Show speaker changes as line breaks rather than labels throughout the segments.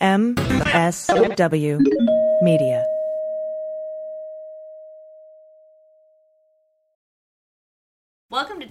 MSW Media.
Welcome to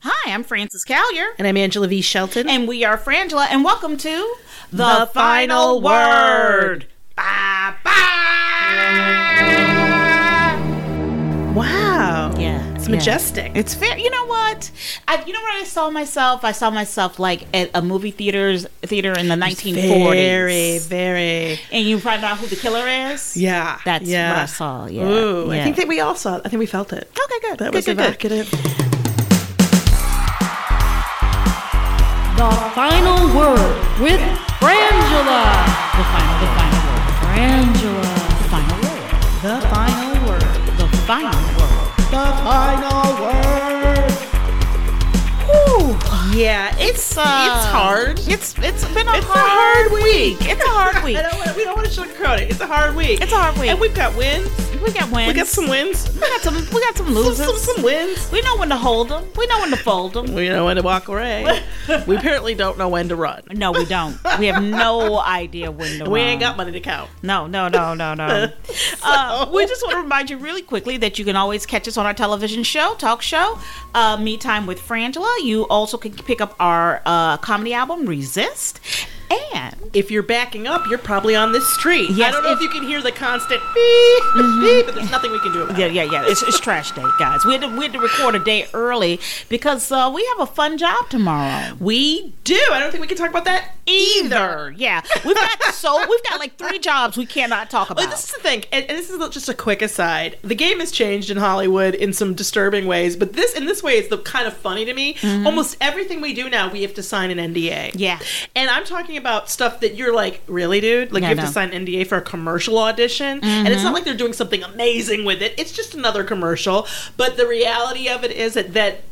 Hi, I'm Frances Callier.
And I'm Angela V. Shelton.
And we are Frangela, and welcome to The,
Final Word.
Bye bye.
wow.
Yeah,
It's majestic.
It's fair. You know what? I, you know what I saw myself? I saw myself like at a movie theaters theater in the 1940s.
Very, very.
And you find out who the killer is?
Yeah.
That's
yeah.
what I saw. Yeah.
Ooh,
yeah.
I think that we all saw it. I think we felt it.
Okay, good.
That
Good,
was
good, good.
evocative.
The final word with Frangela. The final, the final word. Frangela. The final word.
The final word.
The final word.
The final word. Ooh. Yeah, it's uh,
It's hard. Um, It's it's been a
It's a
hard,
hard
week. It's a hard week.
I don't wanna, we don't want to sugarcoat it. It's a hard week.
It's a hard week.
And we've got wins.
We got wins.
We got some wins.
We got some. We got some losers.
Some, some, some wins.
We know when to hold them. We know when to fold them.
We know when to walk away. we apparently don't know when to run.
No, we don't. We have no idea when to.
We
run.
ain't got money to count.
No, no, no, no, no. uh, we just want to remind you really quickly that you can always catch us on our television show, talk show, uh, Me Time with Frangela. You also can pick up our uh, comedy album, Resist. And
If you're backing up, you're probably on this street. I
Yes,
don't know if,
if- Mm-hmm.
you can hear the constant beep, beep, but there's nothing we can do about
Yeah,
it.
yeah, yeah. It's, it's trash day, guys. We had, to, we had to record a day early because uh, we have a fun job tomorrow.
We do. I don't think we can talk about that either.
Yeah, we've got so we've got like three jobs we cannot talk
But
about.
this is the thing, and, and this is just a quick aside. The game has changed in Hollywood in some disturbing ways, but this in this way is the kind of funny to me. Almost everything we do now, we have to sign an NDA.
Mm-hmm. Yeah.
and I'm talking about stuff that you're like, really, dude? Like
Yeah,
you have
I
to
know. Mm-hmm.
sign an NDA for a commercial audition, and it's not like they're doing something amazing with it. It's just another commercial. But the reality of it is that that.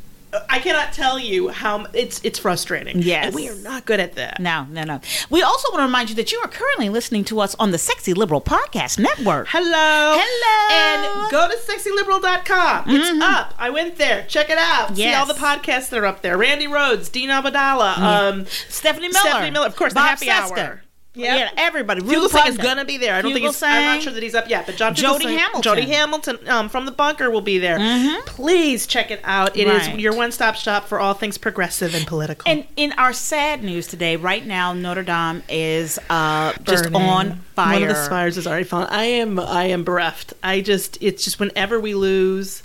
I cannot tell you how m- it's it's frustrating.
Yes.
and we are not good at that.
no, no, no. We also want to remind you that you are currently listening to us on the Sexy Liberal Podcast Network.
Hello.
Hello. Mm-hmm.
And go to sexyliberal.com. It's up. I went there. Check it out. See
Yes. Mm-hmm.
all the podcasts that are up there. Randy Rhodes, Dean Abadala, um,
Stephanie Miller,
Stephanie Miller, of course,
Bob
the happy
Seska.
hour.
Yeah, everybody. Rue
Fugelsang is
Putnam.
gonna be there. I don't think he's, I'm
Fugelsang.
not sure that he's up yet, but John
Jody
Fugelsang-
Hamilton.
Jody Hamilton Mm-hmm. um, from the bunker will be there. Please check it out. It is
Right.
your one-stop shop for all things progressive and political.
And in our sad news today, right now Notre Dame is uh, just on fire.
One of the fires is already fallen. I am I am bereft. I just it's just whenever we lose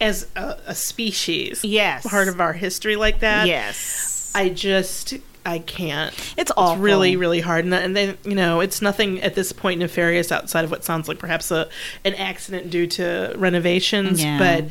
as a, a species,
Yes.
part of our history like that.
Yes.
I just I can't.
It's awful.
It's really really hard, and, and then you know it's nothing at this point nefarious outside of what sounds like perhaps a an accident due to renovations,
Yeah.
but.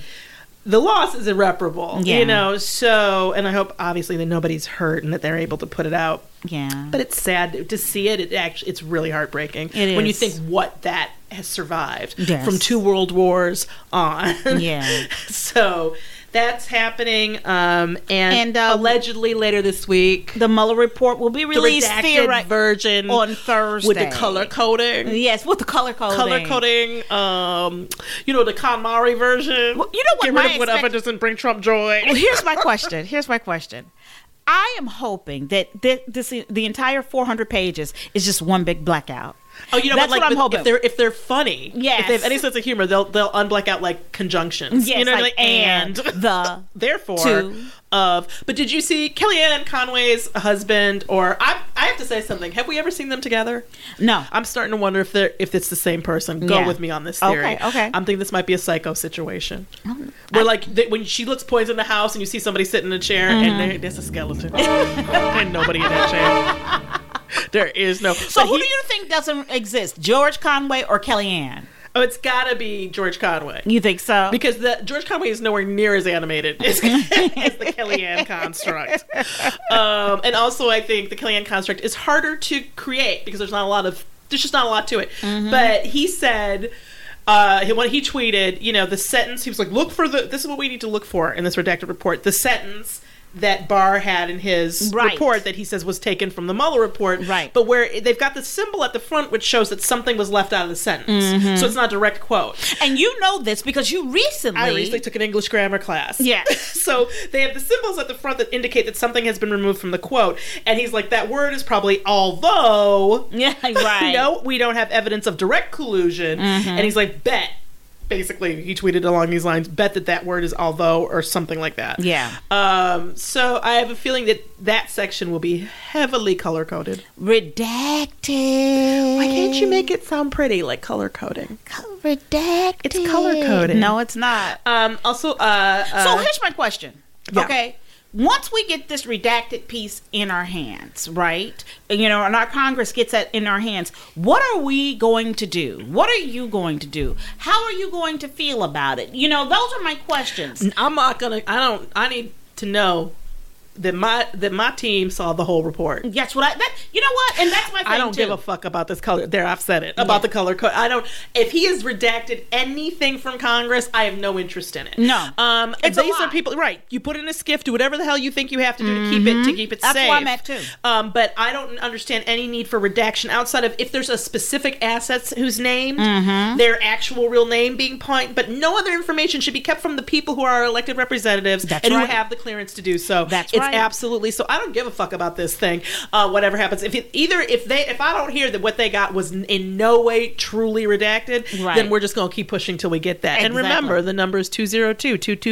The loss is irreparable,
Yeah.
you know. So, and I hope obviously that nobody's hurt and that they're able to put it out.
yeah.
But it's sad to see it. It actually, it's really heartbreaking
It
when you
is.
think what that has survived
Yes.
from two world wars on.
Yeah.
so that's happening, um, and,
And, uh,
allegedly later this week,
the Mueller report will be
the
released
redacted
theori-
version
on Thursday
with the color coding.
Yes, with the color coding.
Color coding, um, you know the KonMari version.
Well, you know what
Get
my
rid of whatever
expect-
doesn't bring Trump joy.
Well, here's my question. Here's my question. I am hoping that thi- this the entire 400 pages is just one big blackout.
Oh, you know
That's
what? Like,
what I'm
if-
hoping.
If they're if they're funny,
Yes.
if they have any sense of humor, they'll they'll unblack out like conjunctions.
Yes,
you know,
like, and, the,
therefore
to.
of. But did you see Kellyanne Conway's husband? Or I I have to say something. Have we ever seen them together?
No.
I'm starting to wonder if they're if it's the same person. Go
Yeah.
with me on this theory.
Okay, okay. Oh,
I'm thinking this might be a psycho situation. Where like they, when she looks poised in the house and you see somebody sitting in a chair
Mm-hmm.
and there, there's a skeleton and nobody in that chair. There is no.
So
But
who
he-
do you think doesn't exist? George Conway or Kellyanne?
Oh, it's gotta be George Conway.
You think so?
because the George Conway is nowhere near as animated as, as the Kellyanne construct, um, and also I think the Kellyanne construct is harder to create because there's not a lot of there's just not a lot to it.
Mm-hmm.
But he said uh, he- when he tweeted, you know, the sentence he was like, "Look for the this is what we need to look for in this redacted report." The sentence that Barr had in his
Right.
report that he says was taken from the Mueller report,
Right.
But where they've got the symbol at the front, which shows that something was left out of the sentence,
Mm-hmm.
so it's not a direct quote.
and you know this because you recently.
I recently took an English grammar class.
Yes.
so they have the symbols at the front that indicate that something has been removed from the quote. And he's like, that word is probably although.
Yeah, right.
no, we don't have evidence of direct collusion. And he's like, bet. Basically, he tweeted along these lines, bet that that word is although or something like that.
Yeah.
Um, so I have a feeling that that section will be heavily color coded.
Redacted.
Why can't you make it sound pretty like color coding?
Redacted.
It's color coded.
No, it's not.
Um, also, uh, uh,
So here's my question.
Yeah.
Okay. Once we get this redacted piece in our hands, right? You know, and our Congress gets that in our hands, what are we going to do? What are you going to do? How are you going to feel about it? You know, those are my questions.
I'm not gonna. I don't. I need to know that my that my team saw the whole report.
That's what I. That you know what, and that's my. Thing
I don't
too.
give a fuck about this color. There, I've said it about the color code. I don't. If he has redacted anything from Congress, I have no interest in it.
No.
um,
It's a
these
lie.
are people. Right, you put it in a skiff. Do whatever the hell you think you have to do to keep it to keep
Mm-hmm.
it
That's
safe.
where I'm at, too.
Um, but I don't understand any need for redaction outside of if there's a specific assets who's named,
Mm-hmm.
their actual real name being point. But no other information should be kept from the people who are our elected representatives
That's
and
right.
who have the clearance to do so.
That's
it's
right.
absolutely so. I don't give a fuck about this thing. Uh, whatever happens, if it, either if they if I don't hear that what they got was n- in no way truly redacted,
Right.
then we're just gonna keep pushing till we get that. And
Exactly.
remember, the number is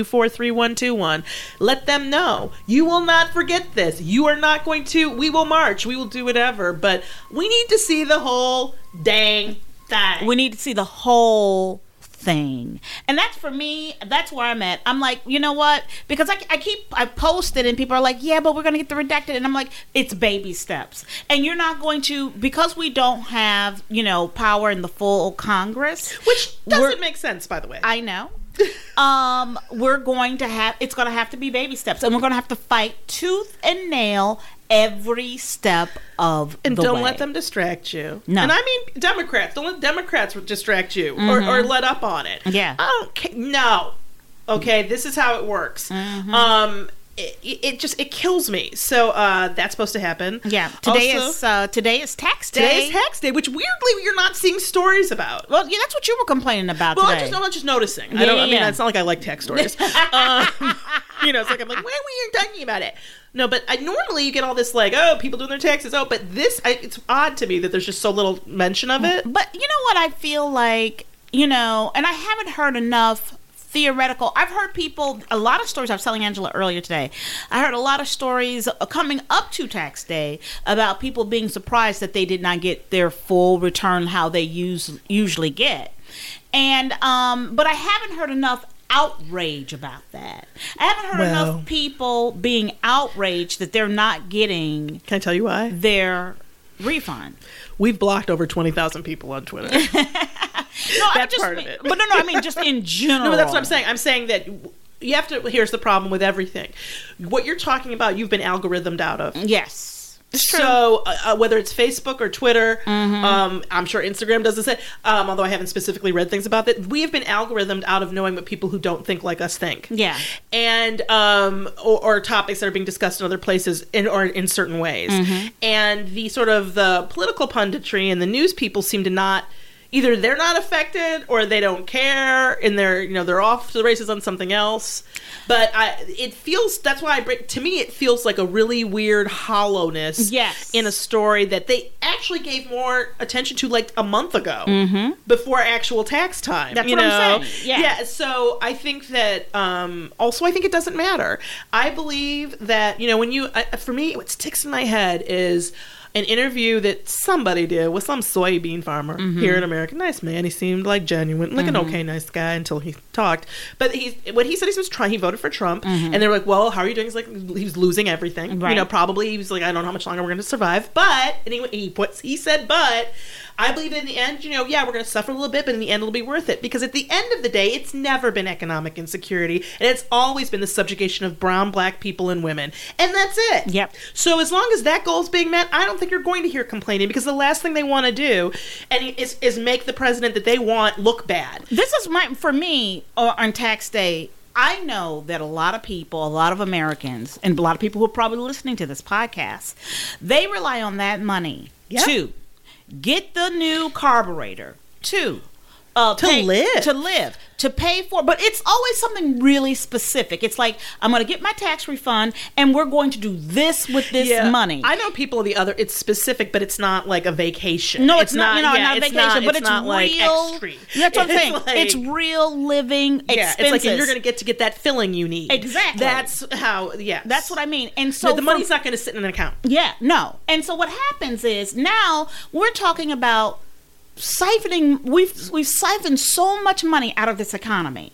202-224-3121. Let them know. You will not forget this. You are not going to we will march. We will do whatever, but we need to see the whole dang thing.
We need to see the whole thing. And that's for me, that's where I'm at. I'm like, you know what? Because I, I keep, I post it and people are like, yeah, but we're going to get the redacted. And I'm like, it's baby steps. And you're not going to, because we don't have, you know, power in the full Congress.
Which
we're-
doesn't make sense, by the way.
I know. um, we're going to have it's going to have to be baby steps, and we're going to have to fight tooth and nail every step of
and
the
don't
way.
let them distract you.
No.
and I mean Democrats. Don't let Democrats distract you or, or let up on it.
Mm-hmm. Yeah.
I don't. Ca- no, okay. This is how it works.
Mm-hmm.
Um, it, it just it kills me. So uh, that's supposed to happen.
Yeah, today
Also,
is uh, today is tax day.
today's tax day, which weirdly you're not seeing stories about.
Well, yeah, that's what you were complaining about
Well, I'm
today.
just, I'm not just noticing.
Yeah,
I don't.
yeah,
I mean,
yeah.
it's not like I like tech stories. um, you know, it's like I'm like, when were you talking about it? No, but I normally you get all this like, oh, people doing their taxes. Oh, but this, I, it's odd to me that there's just so little mention of it.
But you know what I feel like, you know, and I haven't heard enough theoretical. I've heard people a lot of stories. I was telling Angela earlier today. I heard a lot of stories uh, coming up to tax day about people being surprised that they did not get their full return how they use usually get, and um, but I haven't heard enough outrage about that. I haven't heard
Well.
enough people being outraged that they're not getting
Can I tell you why?
their refund.
We've blocked over twenty thousand people on Twitter.
No, I
That's
just
part of
mean-
it.
But no, no, I mean just in general.
No, but that's what I'm saying. I'm saying that you have to. Here's the problem with everything. What you're talking about, you've been algorithmed out of.
Yes.
So uh, uh, whether it's Facebook or Twitter,
Mm-hmm.
um, I'm sure Instagram does the same. Um, although I haven't specifically read things about that, we have been algorithmed out of knowing what people who don't think like us think.
Yeah.
and um, or, or topics that are being discussed in other places in, or in certain ways.
Mm-hmm.
And the sort of the political punditry and the news people seem to not. Either they're not affected, or they don't care, and they're you know they're off to the races on something else. But I, it feels that's why I break. To me, it feels like a really weird hollowness
Yes.
in a story that they actually gave more attention to like a month ago before actual tax
Mm-hmm.
time.
That's
you
what I'm
know?
saying, yeah.
So I think that um, also I think it doesn't matter. I believe that you know when you I, for me what sticks in my head is. An interview that somebody did with some soybean farmer
Mm-hmm.
here in America. Nice man. He seemed like genuine, like an okay, nice guy until he talked. But he's what he said he was trying. He voted for Trump, and they were like, "Well, how are you doing?" He's like, "He was losing everything. You
Mm-hmm. Right.
know, probably he was like, I don't know how much longer we're going to survive, but and he, he puts he said, but I believe in the end, you know, yeah, we're going to suffer a little bit, but in the end, it'll be worth it because at the end of the day, it's never been economic insecurity, and it's always been the subjugation of brown, black people, and women, and that's it.
Yep.
So as long as that goal's being met, I don't think you're going to hear complaining because the last thing they want to do, and is is make the president that they want look bad.
This is my for me or on tax day. I know that a lot of people, a lot of Americans, and a lot of people who are probably listening to this podcast, they rely on that money to get the new carburetor, to uh, to
live.
to live, to pay for. But it's always something really specific. It's like I'm going to get my tax refund, and we're going to do this with this money.
I know people of the other. It's specific, but it's not like a vacation.
No, it's, not, You know,
yeah,
not
it's
vacation, but it's,
not
real.
like extreme.
That's what I'm
It's
saying.
like-
it's real living
yeah,
expenses.
it's like you're going to get to get that filling you need.
Exactly.
That's how. Yeah.
That's what I mean. And so
So the
for-
money's not going to sit in an account.
Yeah, no. And so what happens is now we're talking about siphoning. We've we've siphoned so much money out of this economy.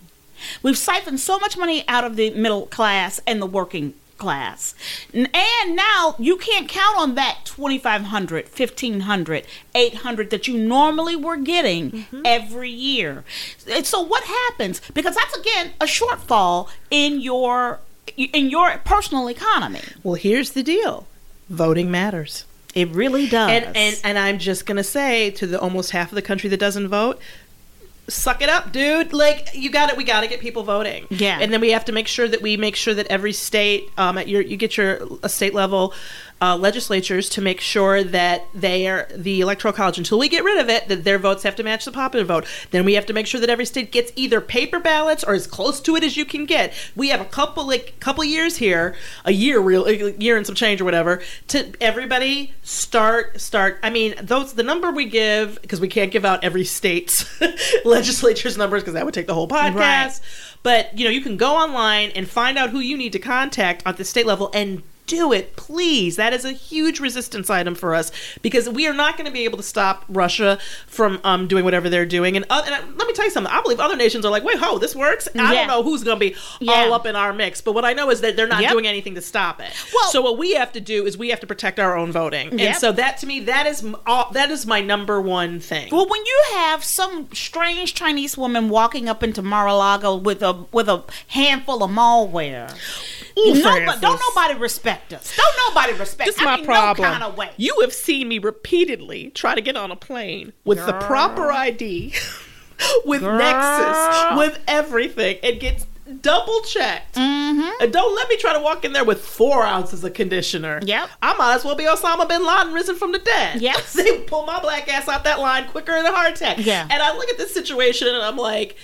We've siphoned so much money out of the middle class and the working class. N- And now you can't count on that 2500, 1500, 800 that you normally were getting every year. And so what happens because that's again a shortfall in your in your personal economy.
Well, here's the deal: voting matters.
It really does.
And and and I'm just gonna say to the almost half of the country that doesn't vote, suck it up, dude. Like you got it. We got to get people voting.
Yeah.
And then we have to make sure that we make sure that every state, um, at your you get your uh, state level. Uh, legislatures to make sure that they are the electoral college until we get rid of it that their votes have to match the popular vote then we have to make sure that every state gets either paper ballots or as close to it as you can get we have a couple like couple years here a year real a year and some change or whatever to everybody start start i mean those the number we give because we can't give out every state's legislature's numbers because that would take the whole podcast
Right.
but you know you can go online and find out who you need to contact at the state level and do it please that is a huge resistance item for us because we are not going to be able to stop russia from um, doing whatever they're doing and, uh, and I, let me tell you something i believe other nations are like wait ho this works i
Yeah.
don't know who's going to be all up in our mix but what i know is that they're not
Yep.
doing anything to stop it
Well-
so what we have to do is we have to protect our own voting
Yep.
and so that to me that is m- all, that is my number one thing
Well, when you have some strange Chinese woman walking up into Mar-a-Lago with a with a handful of malware, nobody,
Francis.
don't nobody respect us. Don't nobody respect.
This is
I
my
mean,
problem.
No kind of way.
You have seen me repeatedly try to get on a plane with the proper ID, with Nexus, with everything, and get double checked.
Mm-hmm.
And don't let me try to walk in there with four ounces of conditioner.
Yep.
I might as well be Osama bin Laden risen from the dead.
Yes.
they pull my black ass out that line quicker than a heart attack.
Yeah.
And I look at this situation and I'm like,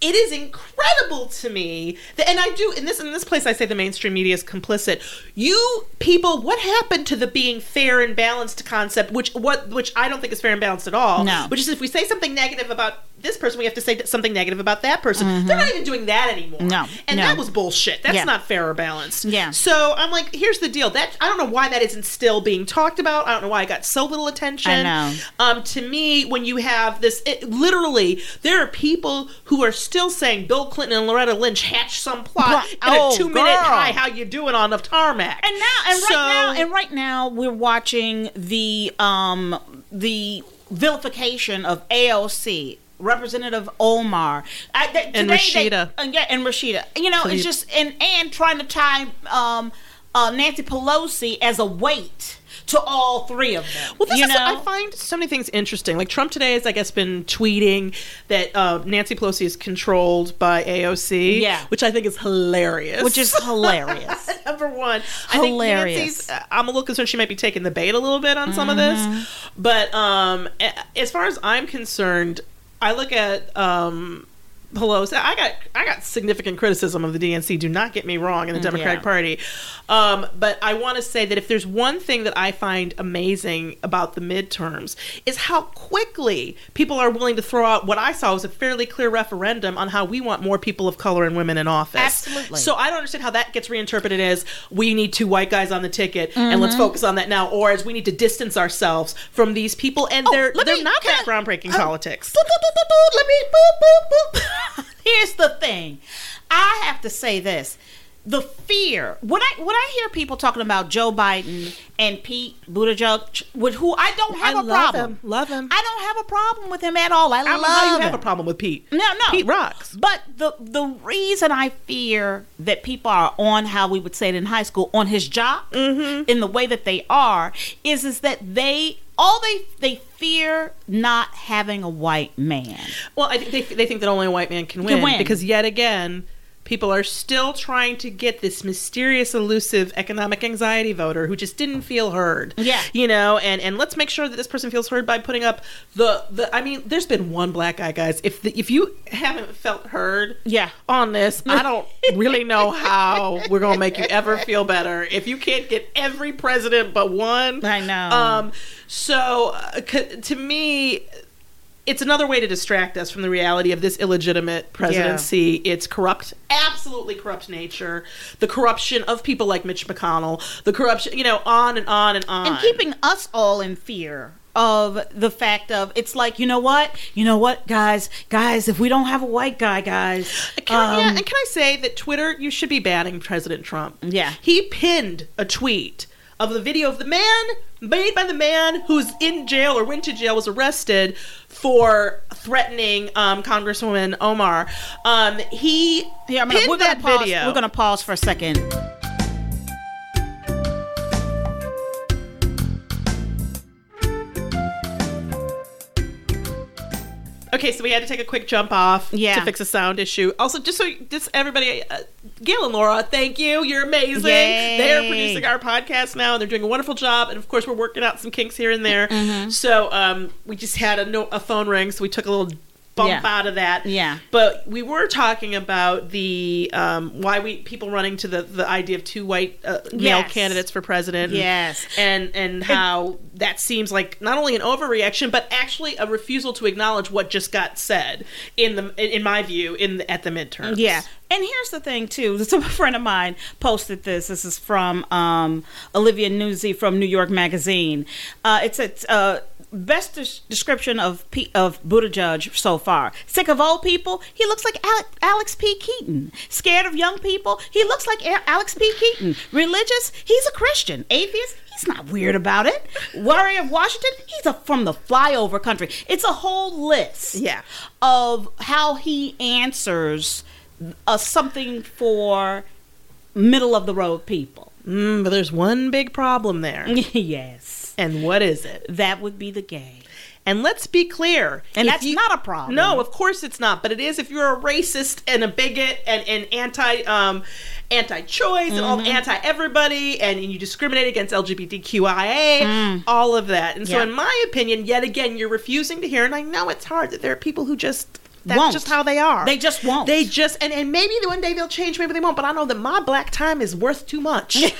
it is incredible to me that, and I do in this in this place I say the mainstream media is complicit. You people, what happened to the being fair and balanced concept, which what which I don't think is fair and balanced at all.
No.
which is if we say something negative about this person, we have to say something negative about that person. They're not even doing that anymore.
Mm-hmm. No,
and
no.
that was bullshit. That's
Yeah.
not fair or balanced.
Yeah.
So I'm like, here's the deal. That I don't know why that isn't still being talked about. I don't know why I got so little attention.
I know.
Um, to me, when you have this, it, literally, there are people who are still saying Bill Clinton and Loretta Lynch hatched some plot
Plot.
in a
Oh,
two minute
girl.
hi, how you doing on the tarmac.
And now and right
So-
now and right now we're watching the um the vilification of AOC Representative Omar I, th-
And
today
Rashida.
They, and yeah, and Rashida. You know,
Tlaib.
it's just and and trying to tie um uh, Nancy Pelosi as a weight to all three of them.
Well, this
you
is,
know?
I find so many things interesting. Like Trump today has, I guess, been tweeting that uh, Nancy Pelosi is controlled by AOC,
Yeah.
which I think is hilarious.
which is hilarious.
number one.
Hilarious.
I think Nancy's, uh, I'm a little concerned she might be taking the bait a little bit on some of this, but um, a- as far as I'm concerned, I look at um, hello. So I got I got significant criticism of the DNC. Do not get me wrong in the
Mm,
Democratic Party, um, but I want to say that if there's one thing that I find amazing about the midterms is how quickly people are willing to throw out what I saw was a fairly clear referendum on how we want more people of color and women in office.
Absolutely.
So I don't understand how that gets reinterpreted as we need two white guys on the ticket and
Mm-hmm.
let's focus on that now, or as we need to distance ourselves from these people and they're
Oh, let
they're
me-
not
can
that
I-
groundbreaking
uh,
politics.
Boop, boop, boop, boop, boop. Let me boop, boop, boop. Here's the thing. I have to say this. The fear when I when I hear people talking about Joe Biden and Pete Buttigieg, with who I don't have
I
a
love
problem.
him. Love him.
I don't have a problem with him at all. I,
I
love
don't know how you
him.
have a problem with Pete.
No, no.
Pete rocks.
But the the reason I fear that people are on how we would say it in high school on his job
Mm-hmm.
in the way that they are is is that they all they they fear not having a white man.
Well, I think they, they think that only a white man can win,
win.
because yet again, people are still trying to get this mysterious, elusive economic anxiety voter who just didn't feel heard.
Yeah.
you know, and and let's make sure that this person feels heard by putting up the the. I mean, there's been one black guy, guys. If the, if you haven't felt heard,
Yeah.
on this, I don't really know how we're gonna make you ever feel better if you can't get every president but one.
I know.
Um, so uh, c- to me, it's another way to distract us from the reality of this illegitimate presidency. It's corrupt, absolutely corrupt nature, the corruption of people like Mitch McConnell, the corruption, you know, on and on and on.
and keeping us all in fear of the fact of it's like you know what you know what guys guys if we don't have a white guy guys
Can I, yeah,
um,
and can I say that Twitter, you should be banning President Trump.
Yeah.
He pinned a tweet of the video of the man made by the man who's in jail or went to jail, was arrested for threatening um, Congresswoman Omar. Um, he
here, I'm gonna,
pinned
we're gonna
that
pause,
video.
we're gonna pause for a second
Okay, so we had to take a quick jump off
Yeah.
to fix a sound issue. Also, just so just everybody, uh, Gail and Laura, thank you. You're amazing.
Yay.
They're producing our podcast now, and they're doing a wonderful job. And of course, we're working out some kinks here and there.
Mm-hmm.
So um, we just had a, no- a phone ring, so we took a little bump
Yeah.
out of that.
Yeah.
But we were talking about the um, why we people running to the the idea of two white uh, male
Yes.
candidates for president. and-
Yes.
and and how that seems like not only an overreaction but actually a refusal to acknowledge what just got said in the in my view in the, at the midterms.
Yeah. And here's the thing too. So a friend of mine posted this. This is from um, Olivia Newsy from New York Magazine. Uh, it's it's uh, best des- description of P- of Buttigieg so far. Sick of old people, he looks like Ale- Alex P. Keaton. Scared of young people, he looks like A- Alex P. Keaton. Religious, he's a Christian. Atheist, he's not weird about it. Warrior of Washington, he's a, from the flyover country. It's a whole list
Yeah.
of how he answers uh, something for middle of the road people.
Mm, but there's one big problem there.
yes,
And what is it?
that would be the gay.
And let's be clear.
And
if
that's not a problem.
No, of course it's not. But it is if you're a racist and a bigot and, and anti um, anti choice and
Mm-hmm.
all anti everybody and, you discriminate against LGBTQIA, all of that. And so
Mm. Yeah.
in my opinion, yet again, you're refusing to hear, and I know it's hard that there are people who just That's
won't.
just how they are.
They just won't.
They just and, and maybe one day they'll change, maybe they won't, but I know that my black time is worth too much. to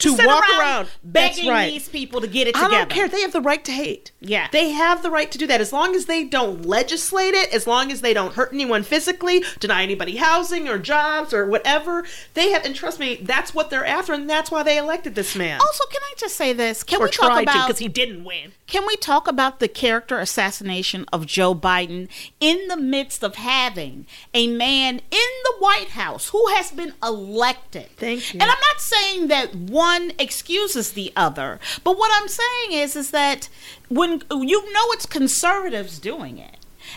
Sit
walk around, That's
begging
right.
these people to get it
I
together.
don't care. They have the right to hate.
Yeah.
They have the right to do that as long as they don't legislate it, as long as they don't hurt anyone physically, deny anybody housing or jobs or whatever. They have, and trust me, that's what they're after, and that's why they elected this man.
Also, can I just say this? Can
or
we talk
tried
about
because he didn't win.
Can we talk about the character assassination of Joe Biden in the midst of having a man in the White House who has been elected?
Thank you.
And I'm not saying that one excuses the other, but what I'm saying is is that when you know it's conservatives doing it,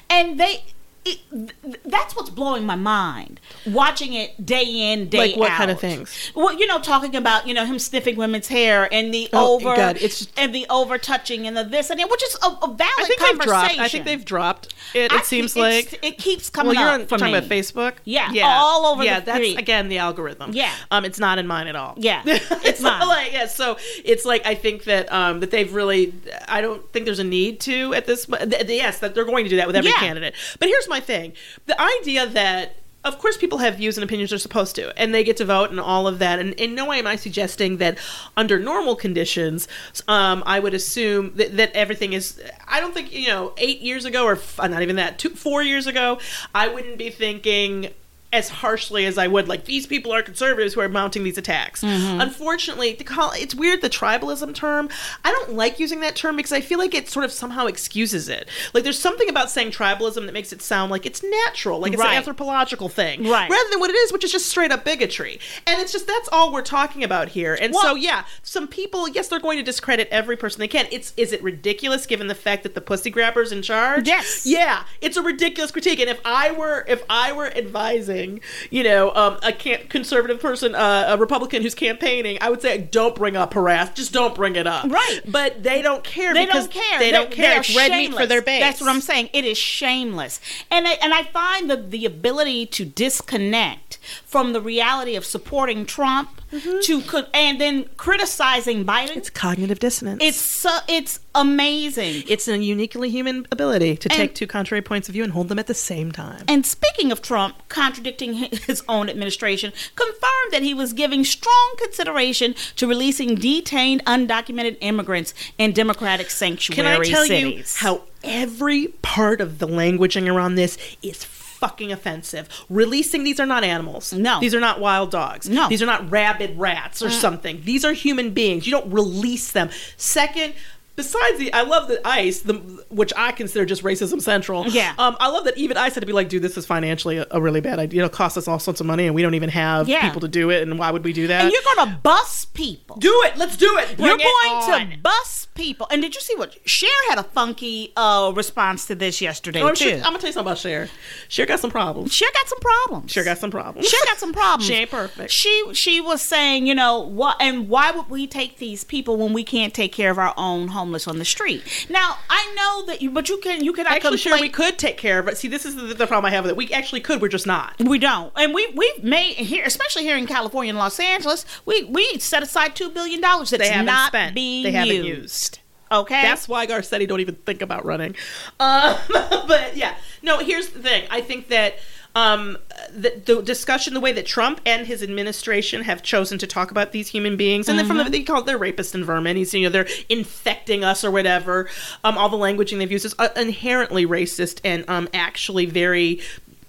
and they. It, th- that's what's blowing my mind. Watching it day in, day out.
Like what kind of things?
Well, you know, talking about you know him sniffing women's hair and the
Oh,
over
God, it's just-
and the over touching and the this and that, which is a, a valid
I think they've
conversation.
dropped. I think they've dropped it. It
I-
seems
it's-
like
it keeps
Well,
coming
you're
up
on,
for
talking
me.
about Facebook.
Yeah, all over
Yeah,
the
that's
feed.
again the algorithm.
Yeah.
um, it's not in mine at all.
Yeah, it's
it's not
mine.
like yeah. So it's like I think that um that they've really. I don't think there's a need to at this. But th- yes, that they're going to do that with every
Yeah.
candidate. But here's my thing: the idea that. Of course, people have views and opinions they're supposed to, and they get to vote and all of that. And in no way am I suggesting that under normal conditions, um, I would assume that, that everything is. I don't think, you know, eight years ago, or f- not even that, two, four years ago, I wouldn't be thinking, as harshly as I would. Like these people are conservatives who are mounting these attacks.
Mm-hmm.
Unfortunately, to call it's weird the tribalism term. I don't like using that term because I feel like it sort of somehow excuses it. Like there's something about saying tribalism that makes it sound like it's natural, like it's
Right.
an anthropological thing,
Right.
Rather than what it is, which is just straight up bigotry. And it's just that's all we're talking about here. And so
Well-
yeah, some people yes they're going to discredit every person they can. It's is it ridiculous given the fact that the pussy grabbers in charge?
Yes.
Yeah, it's a ridiculous critique. And if I were if I were advising, you know, um, a can- conservative person, uh, a Republican who's campaigning, I would say don't bring up harass. Just don't bring it up.
Right.
But they don't care.
They
because
don't care.
They don't care.
are
It's red meat for
shameless.
their base.
That's what I'm saying. It is shameless, and I, and I find the the ability to disconnect from the reality of supporting Trump
Mm-hmm.
to co- and then criticizing Biden. It's,
Cognitive dissonance.
so it's amazing.
it's a uniquely human ability to
And-
take two contrary points of view and hold them at the same time.
And speaking of Trump contradicting his own administration, confirmed that he was giving strong consideration to releasing detained undocumented immigrants in democratic sanctuary
Can I tell
cities.
you how every part of the languaging around this is fucking offensive? Releasing these are not animals.
No.
These are not wild dogs.
No. Uh.
These are not rabid rats or something. These are human beings. You don't release them. Second, Besides the, I love that ICE, the, which I consider just racism central.
Yeah.
Um, I love that even ICE had to be like, dude, this is financially a, a really bad idea. It'll cost us all sorts of money, and we don't even have
Yeah.
people to do it. And why would we do that?
and you're going to bus people.
do it. Let's do it.
You're
Bring it
going
on.
to bus people. And did you see what Cher had a funky uh, response to this yesterday
I'm,
too?
sure, Oh, I'm gonna tell you something about Cher. Cher got some problems.
Cher got some problems.
Cher got some problems.
She got some problems.
She ain't perfect.
She she was saying, you know, what and why would we take these people when we can't take care of our own homeless on the street? Now I know that you, but you can you cannot
Actually,
complain.
Cher, we could take care of it. See, this is the, the problem I have with it. We actually could. We're just not.
We don't, and we we've made here, especially here in California and Los Angeles, we we set aside two billion dollars that's
They haven't
not
spent.
being
they haven't
used.
used.
Okay,
That's why Garcetti don't even think about running. Um, but yeah, no. Here's the thing. I think that um, the, the discussion, the way that Trump and his administration have chosen to talk about these human beings, and then from the, they call it they're rapists and vermin. He's you know they're infecting us or whatever. Um, all the languaging they've used is uh, inherently racist and um, actually very,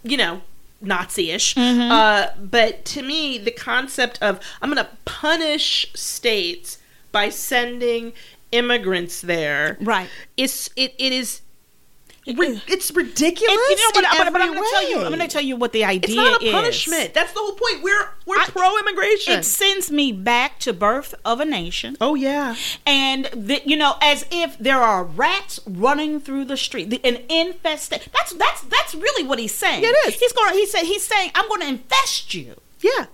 you know. Nazi-ish, uh, but to me, the concept of I'm going to punish states by sending immigrants there
Right.
it's it, it is ri- it's ridiculous
And you know what?
in
I'm, gonna- but I'm
every
going to tell you. I'm going
way.
to tell you what the idea
it's not a
is.
punishment that's the whole point we're we're
I-
pro-immigration
It sends me back to birth of a nation.
oh yeah
And the, you know, as if there are rats running through the street, the, an infestation. That's that's that's really what he's saying.
Yeah, it is.
He's going. He said. He's saying, "I'm going to infest you."
yeah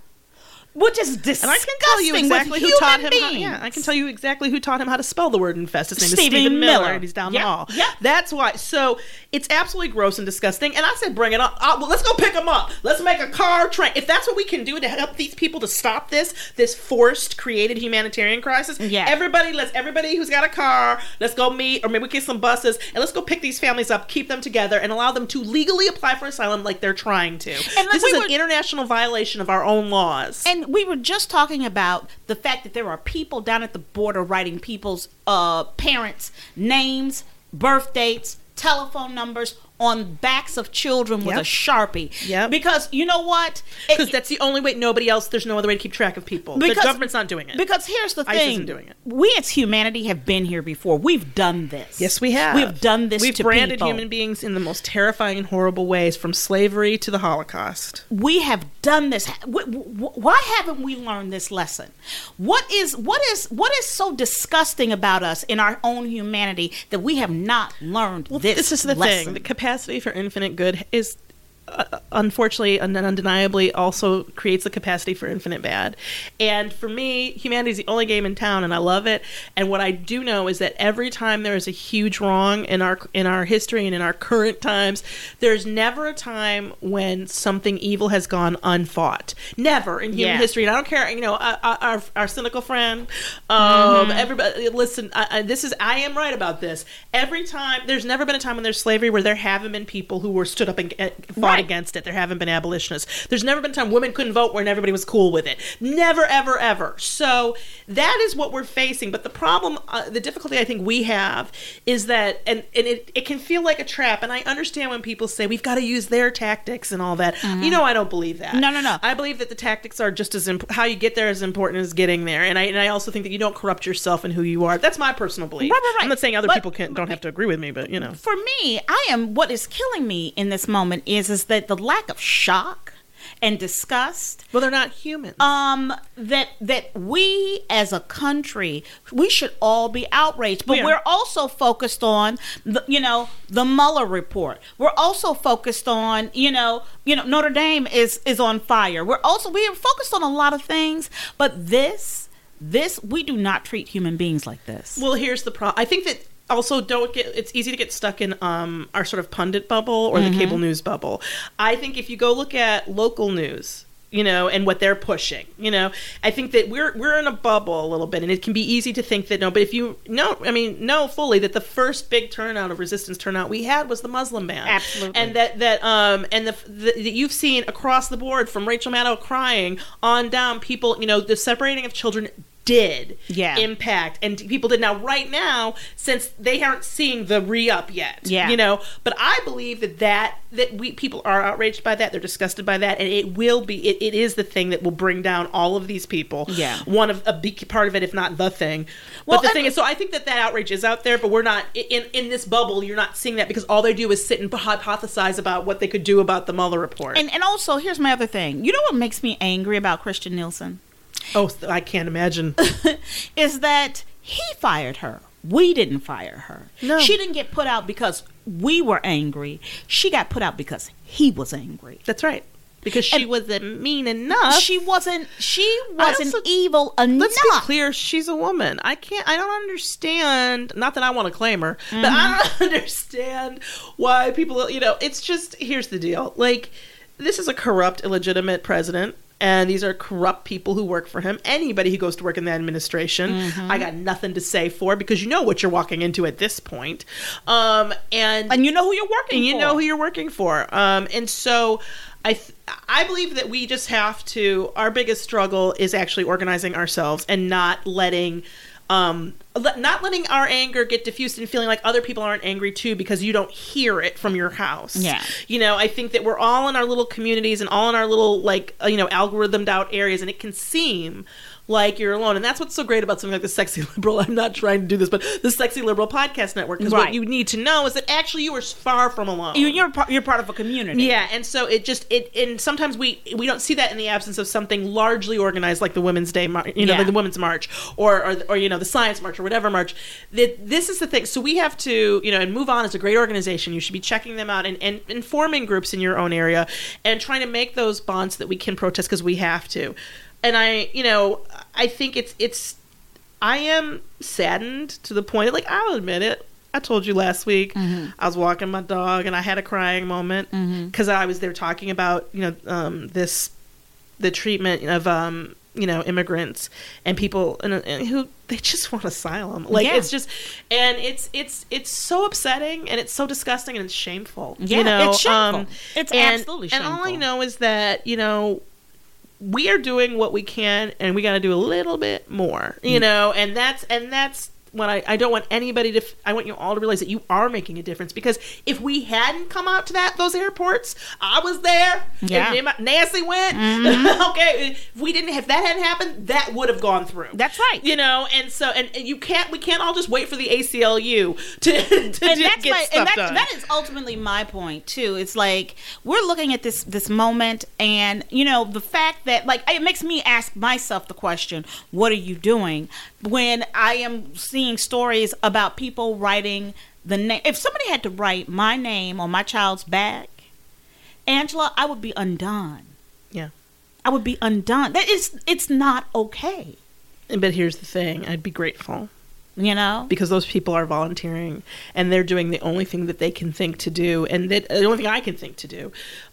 which is
And
disgusting.
I can tell you
with
exactly who
human
taught him. How,
beings.
yeah, I can tell you exactly who taught him how to spell the word infest. His name
Stephen
is Stephen Miller,
Miller.
and he's down
Yep,
the hall.
yep.
that's why. So it's absolutely gross and disgusting. And I said, bring it up. Uh, well, let's go pick him up. Let's make a car train. If that's what we can do to help these people to stop this this forced created humanitarian crisis,
Yeah.
Everybody, let's everybody who's got a car, let's go meet, or maybe we get some buses, and let's go pick these families up, keep them together, and allow them to legally apply for asylum like they're trying to.
like
this
we
is an
would-
international violation of our own laws.
And we were just talking about the fact that there are people down at the border writing people's uh, parents' names, birth dates, telephone numbers on backs of children with a
Yep.
sharpie.
Yep.
Because you know what? It-
because that's the only way. Nobody else. There's no other way to keep track of people. the government's not doing it.
Because here's the
ICE
thing:
isn't doing it.
We as humanity have been here before. We've done this.
yes, we have.
We've done this.
We've
to
branded
people.
human beings in the most terrifying and horrible ways, from slavery to the Holocaust.
we have done this Wh- wh- why haven't we learned this lesson what is what is what is so disgusting about us in our own humanity that we have not learned this
this is the
lesson?
thing the capacity for infinite good is uh, unfortunately and undeniably also creates the capacity for infinite bad and for me humanity is the only game in town and i love it and what i do know is that every time there is a huge wrong in our in our history and in our current times there's never a time when something evil has gone unfought never in human
Yeah.
history and i don't care you know uh, uh, our, our cynical friend um
Mm-hmm.
everybody listen I, I, this is i am right about this every time there's never been a time when there's slavery where there haven't been people who were stood up and uh, fought against it there haven't been abolitionists there's never been a time women couldn't vote when everybody was cool with it never ever ever so that is what we're facing but the problem uh, the difficulty i think we have is that and and it, it can feel like a trap and i understand when people say we've got to use their tactics and all that you know i don't believe that
Mm-hmm. No, no, no.
I believe that the tactics are just as imp- how you get there is important as getting there, and I and I also think that you don't corrupt yourself and who you are. That's my personal belief.
Right, right, right.
I'm not saying other
But-
people can, don't have to agree with me, but you know,
for me i am what is killing me in this moment is is that the lack of shock and disgust
well, they're not human.
um that that we as a country we should all be outraged but
We are.
we are also focused on the, you know the Mueller report we're also focused on you know you know Notre Dame is is on fire we're also we are focused on a lot of things but this this we do not treat human beings like this
Well, here's the problem. I think that also don't get it's easy to get stuck in um, our sort of pundit bubble or the
Mm-hmm.
cable news bubble. I think if you go look at local news, you know, and what they're pushing, you know, I think that we're we're in a bubble a little bit, and it can be easy to think that no, but if you no, I mean, know fully that the first big turnout of resistance turnout we had was the Muslim ban,
Absolutely.
and that that um and the, the that you've seen across the board from Rachel Maddow crying on down, people, you know, the separating of children did
Yeah.
impact and people did now right now since they aren't seeing the re-up yet
Yeah.
you know but i believe that that that we people are outraged by that they're disgusted by that and it will be it, it is the thing that will bring down all of these people
Yeah.
one of a big part of it if not the thing
Well,
but the
and-
thing is so i think that that outrage is out there but we're not i- in in this bubble you're not seeing that because all they do is sit and hypothesize about what they could do about the Mueller report
and and also here's my other thing you know what makes me angry about Christian Nielsen
oh i can't imagine
is that he fired her. We didn't fire her.
No.
She didn't get put out because we were angry. She got put out because he was angry.
that's right because she
And-
wasn't mean enough
she wasn't she wasn't
also-
evil enough.
Let's be clear, she's a woman. I can't I don't understand not that I want to claim her, but I don't understand why people you know, it's just here's the deal. Like this is a corrupt, illegitimate president. And these are corrupt people who work for him. Anybody who goes to work in the administration, I got nothing to say for because you know what you're walking into at this point. Um, and
And you know who you're working
and you
for.
know who you're working for um and so i th- i believe that we just have to our biggest struggle is actually organizing ourselves and not letting um le- not letting our anger get diffused and feeling like other people aren't angry too because you don't hear it from your house
Yeah.
you know i think that we're all in our little communities and all in our little like uh, you know algorithmed out areas and it can seem like you're alone and that's what's so great about something like the sexy liberal i'm not trying to do this but the sexy liberal podcast network because
Right.
what you need to know is that actually you are far from alone
You- you're part, you're part of a community.
yeah, and so it just it and sometimes we we don't see that in the absence of something largely organized like the Women's Day, mar- you know,
Yeah.
like the Women's March or, or or you know the Science March or whatever march. Th- This is the thing. So we have to you know and move on is a great organization. You should be checking them out and and, and forming groups in your own area and trying to make those bonds so that we can protest because we have to. and I, you know, I think it's it's I am saddened to the point like I'll admit it. I told you last week
Mm-hmm.
I was walking my dog and I had a crying moment because I was there talking about you know um, this the treatment of um you know immigrants and people and, and who they just want asylum like
Yeah.
it's just and it's it's it's so upsetting and it's so disgusting and it's shameful
Yeah,
you know
it's shameful.
um,
It's
and-
absolutely
and all i
shameful.
know is that you know we are doing what we can and we got to do a little bit more
Mm.
you know and that's and that's what I, I don't want anybody to f- i want you all to realize that you are making a difference because if we hadn't come out to that those airports i was there
Yeah. Mm-hmm.
and Nam- nancy went okay if we didn't if that hadn't happened that would have gone through
That's right.
you know and so and, and you can't we can't all just wait for the aclu to, to
and
do-
that's
get
my,
stuff
and that's,
done
that is ultimately my point too. It's like we're looking at this this moment, and you know the fact that like it makes me ask myself the question, "What are you doing?" When I am seeing stories about people writing the name. If somebody had to write my name on my child's back, Angela, I would be undone.
yeah
I would be undone. That is, it's not okay.
but here's the thing i'd be grateful
You know,
because those people are volunteering and they're doing the only thing that they can think to do and that the only thing I can think to do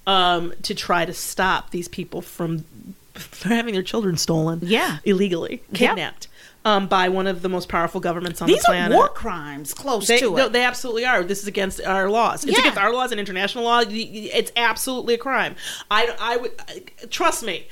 um, to try to stop these people from from having their children stolen,
Yeah.
illegally kidnapped um, by one of the most powerful governments on
these
the
are
planet.
war crimes close
They,
to it.
no, they absolutely are. This is against our laws. It's
Yeah.
against our laws and international law. Y- y- It's absolutely a crime. I, I would I- trust me.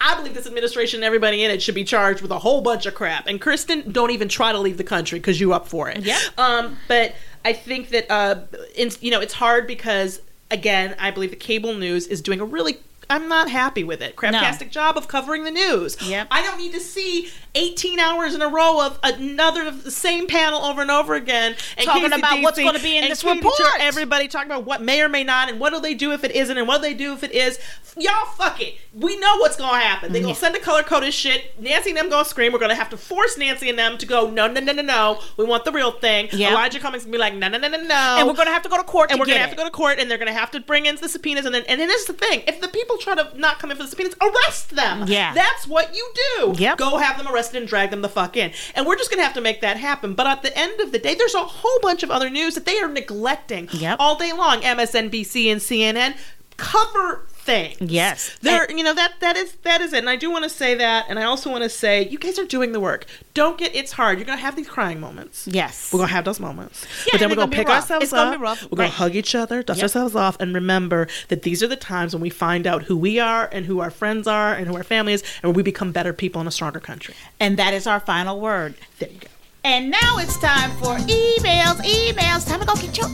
I believe this administration and everybody in it should be charged with a whole bunch of crap. And Kristen, don't even try to leave the country because you up for it.
Yeah.
Um, but I think that uh, in, you know, it's hard because again, I believe the cable news is doing a really. I'm not happy with it. Craptastic job of covering the news.
Yep.
I don't need to see 18 hours in a row of another of the same panel over and over again. And
Talking about what's
KCDC
gonna be in
and
this
Katie Tur-
report.
Everybody talking about what may or may not, and what do they do if it isn't, and what do they do if it is. Y'all, fuck it. We know what's gonna happen. They gonna
Mm-hmm.
send a color coded shit. Nancy and them gonna scream. We're gonna have to force Nancy and them to go. No, no, no, no, no. We want the real thing.
Yeah.
Elijah Cummings gonna be like, no, no, no, no, no.
and we're going to have to go to court.
And
to
we're
get
gonna have
it.
to go to court, and they're gonna have to bring in the subpoenas, and then and then this is the thing: if the people try to not come in for the subpoenas, arrest them.
Yeah.
that's what you do.
Yep.
go have them arrested and drag them the fuck in. And we're just gonna have to make that happen. But at the end of the day, there's a whole bunch of other news that they are neglecting
Yep.
all day long. MSNBC and CNN cover things.
Yes.
There, you know that that is that is it. And I do want to say that, and I also want to say you guys are doing the work. Don't get it's hard. You're gonna have these crying moments.
Yes.
we're gonna have those moments.
Yeah, and
but then we're
they're
gonna,
gonna be
pick
rough.
ourselves
It's gonna
up.
be rough.
We're gonna
Right.
hug each other, dust
Yep.
ourselves off, and remember that these are the times when we find out who we are and who our friends are and who our family is, and we become better people in a stronger country.
And that is our final word.
There you go.
And now it's time for emails, emails. Time to go get your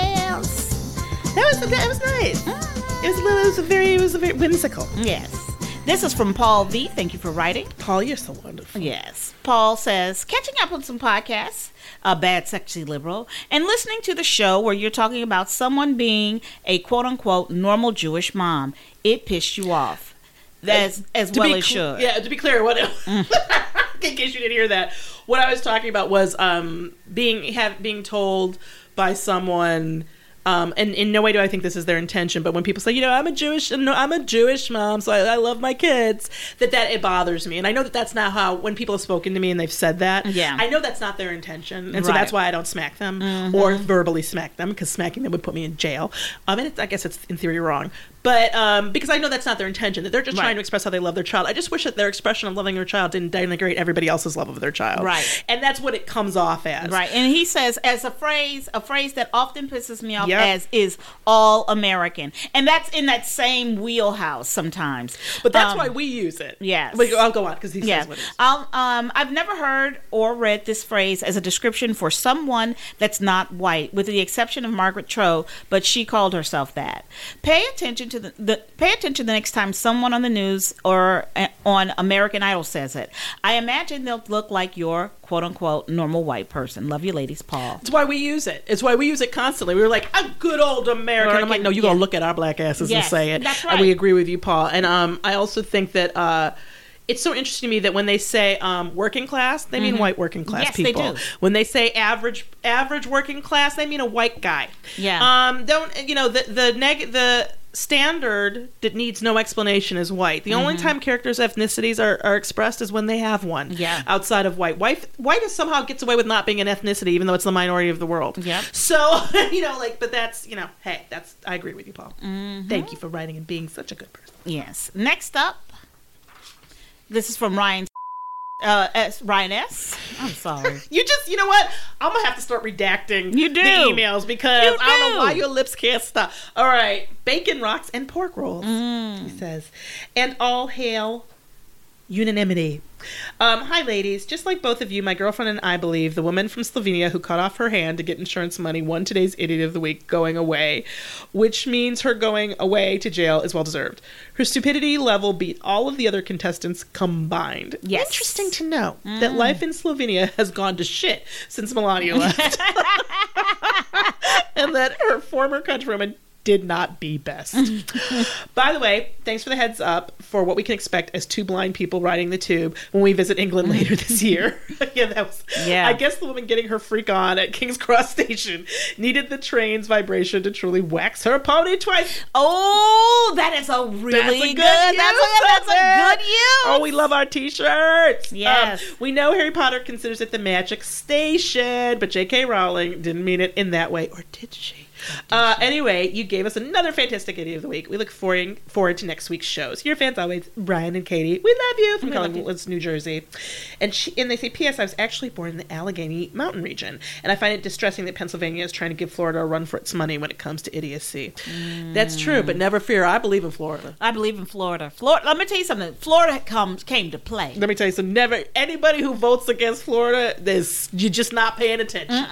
emails.
That was that was nice. It was, a little- it was a very it was a very whimsical.
Mm. Yes. This is from Paul V. Thank you for writing.
Paul, you're so wonderful.
Yes. Paul says, catching up on some podcasts, a bad sexy liberal, and listening to the show where you're talking about someone being a quote unquote normal Jewish mom. It pissed you off. That's as well
be
it
cl-
should.
Yeah, to be clear, what in case you didn't hear that, what I was talking about was um, being have being told by someone. Um, and in no way do I think this is their intention, but when people say, you know, I'm a Jewish, no, I'm a Jewish mom, so I, I love my kids, that that it bothers me, and I know that that's not how when people have spoken to me and they've said that,
Yeah.
I know that's not their intention, and so
Right. Mm-hmm.
that's why I don't smack them or verbally smack them because smacking them would put me in jail. Um, and it, I guess it's in theory wrong, but um, because I know that's not their intention, that they're just
Right.
trying to express how they love their child. I just wish that their expression of loving their child didn't denigrate everybody else's love of their child.
Right.
And that's what it comes off as.
Right. And he says, as a phrase, a phrase that often pisses me off
Yep.
as is all American. And that's in that same wheelhouse sometimes.
But that's
Um,
why we use it.
yes.
But I'll go on because he says
yeah,
what it is.
I'll, um, I've never heard or read this phrase as a description for someone that's not white, with the exception of Margaret Cho, but she called herself that. Pay attention to the, the pay attention the next time someone on the news or uh, on American Idol says it. I imagine they'll look like your quote unquote normal white person. Love you, ladies. Paul.
It's why we use it. It's why we use it constantly. We were like, a good old American. I'm like, no, you gonna look at our black asses and
Yes,
say it.
that's
And we
right.
agree with you, Paul. And um, I also think that uh, it's so interesting to me that when they say um, working class, they mean white working class
Mm-hmm. Yes, they
people.
do.
When they say average average working class, they mean a white guy.
Yeah.
Um, don't you know the the neg the standard that needs no explanation is white. The
Mm-hmm.
only time characters' ethnicities are, are expressed is when they have one.
Yeah.
Outside of white. White white is somehow gets away with not being an ethnicity, even though it's the minority of the world.
Yep.
So, you know, like, but that's, you know, hey, that's, I agree with you, Paul.
Mm-hmm.
Thank you for writing and being such a good person.
Yes. Next up, this is from Ryan. Uh, S, Ryan S. I'm sorry.
You just, you know what? I'm gonna have to start redacting
You do.
the emails because
You
I don't
do.
know why your lips can't stop. All right, bacon rocks and pork rolls.
Mm.
He says, and all hail unanimity. Um, hi, ladies. Just like both of you, my girlfriend and I believe the woman from Slovenia who cut off her hand to get insurance money won today's Idiot of the Week going away, which means her going away to jail is well deserved. Her stupidity level beat all of the other contestants combined.
Yes.
Interesting to know that life in Slovenia has gone to shit since Melania left, and that her former countrywoman did not be best. By the way, thanks for the heads up for what we can expect as two blind people riding the tube when we visit England later this year. yeah, that was.
Yeah.
I guess the woman getting her freak on at King's Cross Station needed the train's vibration to truly wax her pony twice.
Oh, that is a really
That's a good
good. That's a,
use
that's a
of it.
good use.
Oh, we love our T-shirts. Um,
Yes.
we know Harry Potter considers it the magic station, but J.K. Rowling didn't mean it in that way, or did she? Uh, anyway, you gave us another fantastic idea of the week. We look forward, forward to next week's shows. Your fans always, Brian and Katie. We love you from Collingwood, New Jersey. And she, and they say, P.S. I was actually born in the Allegheny Mountain region, and I find it distressing that Pennsylvania is trying to give Florida a run for its money when it comes to idiocy.
Mm.
That's true, but never fear. I believe in Florida.
I believe in Florida. Florida. Let me tell you something. Florida comes came to play.
let me tell you some never anybody who votes against Florida is you're just not paying attention.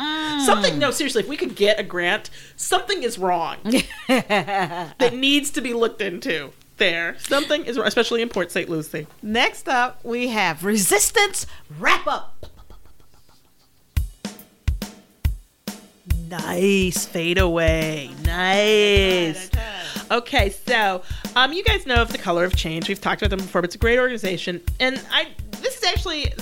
Something no seriously, if we could get a grant, something is wrong that needs to be looked into. There, something is wrong, especially in Port St. Lucie.
Next up, we have Resistance Wrap Up.
Nice fade away. Nice. Okay, so um, you guys know of the Color of Change. We've talked about them before, but it's a great organization, and I this is actually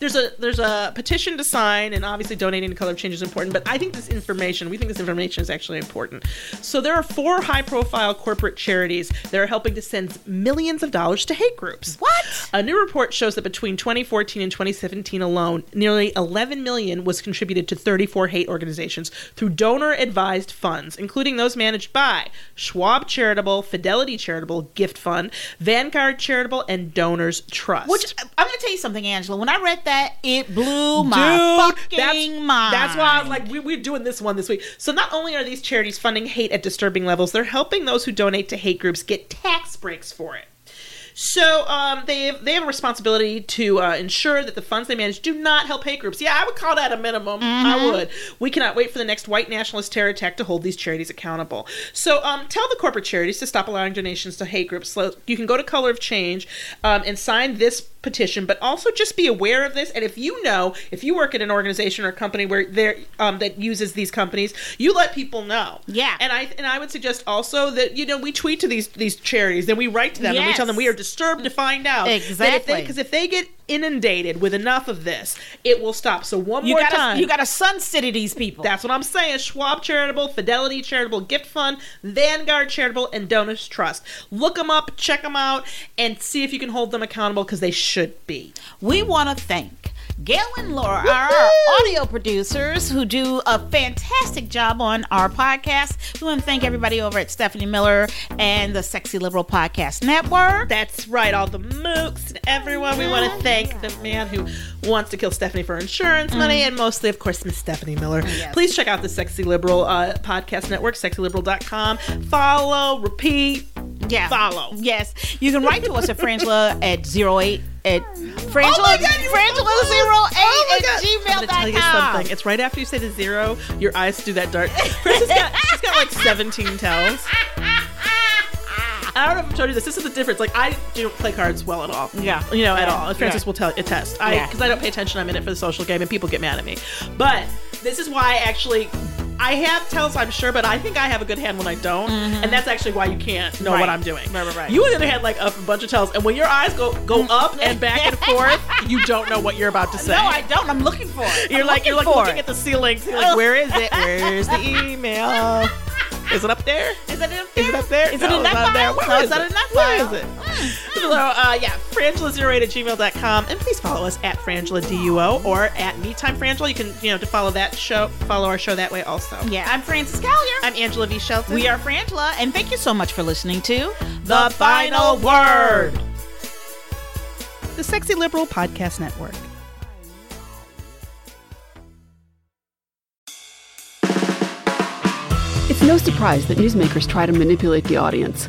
there's a there's a petition to sign, and obviously donating to Color of Change is important. But I think this information we think this information is actually important. So there are four high profile corporate charities that are helping to send millions of dollars to hate groups.
What?
A new report shows that between 2014 and 2017 alone, nearly 11 million was contributed to 34 hate organizations through donor-advised funds, including those managed by Schwab Charitable, Fidelity Charitable, Gift Fund, Vanguard Charitable, and Donors Trust.
Which I'm going to tell you something, Angela. When I read that, it blew my fucking mind.
That's why I was like, we, we're doing this one this week. So not only are these charities funding hate at disturbing levels, they're helping those who donate to hate groups get tax breaks for it. So um, they have, they have a responsibility to uh, ensure that the funds they manage do not help hate groups. Yeah, I would call that a minimum. I would. We cannot wait for the next white nationalist terror attack to hold these charities accountable. So um, tell the corporate charities to stop allowing donations to hate groups. So you can go to Color of Change um, and sign this petition, but also just be aware of this. And if you know, if you work at an organization or company where there um, that uses these companies, you let people know.
Yeah.
And I and I would suggest also that you know we tweet to these these charities, then we write to them and we tell them
Yes.
we are disturbed to find out
Exactly.
because if, they get inundated with enough of this, it will stop. So one
you
more
got
time,
to you got to Sun City these people.
That's what I'm saying. Schwab Charitable, Fidelity Charitable, Gift Fund, Vanguard Charitable, and Donors Trust. Look them up, check them out, and see if you can hold them accountable because they should be.
we want to thank Gail and Laura are our audio producers who do a fantastic job on our podcast. We want to thank everybody over at Stephanie Miller and the Sexy Liberal Podcast Network.
That's right, all the mooks and everyone. We want to thank the man who wants to kill Stephanie for insurance money, and mostly, of course, Miss Stephanie Miller. Please check out the Sexy Liberal uh, Podcast Network, sexyliberal.com. Follow, repeat,
yeah.
follow.
Yes. You can write to us at Frangela at 08 at Frangela,
Oh my God, you-
Frangela 08
God. I'm
at
gonna tell you
gmail.com.
something. It's right after you say the zero, your eyes do that dark. Priscilla's got, she's got like 17 tells. I don't know if I've told you this. This is the difference. Like I don't play cards well at all.
Yeah.
you know at
Yeah.
all. Francis
Yeah.
will tell attest. I
Yeah.
because I don't pay attention. I'm in it for the social game, and people get mad at me. But this is why I actually. I have tells, I'm sure, but I think I have a good hand when I don't, and that's actually why you can't
Mm-hmm.
know
Right.
what I'm doing.
Right, right, right.
You on the other hand, like a bunch of tells, and when your eyes go go up and back and forth, you don't know what you're about to say.
No, I don't. I'm looking for it.
You're
I'm
like you're like
for
looking
it.
at the ceiling. So you're like, where is it? Where's the email? Is it up there?
Is it up there?
Is it up there?
Is
No,
it in
it's
that
not there.
file?
Where
No,
is
it's not
it?
in that
Where
file.
is it? So, uh, yeah, frangela08 at gmail.com. And please follow us at frangela.duo or at MeTimeFrangela. You can, you know, to follow that show, follow our show that way also.
Yeah, I'm Frances Callier.
I'm Angela V. Shelton.
we are Frangela, and thank you so much for listening to
The Final Word. the Sexy Liberal Podcast Network.
It's no surprise that newsmakers try to manipulate the audience.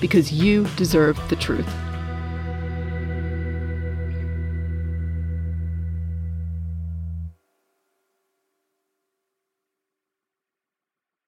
because you deserve the truth.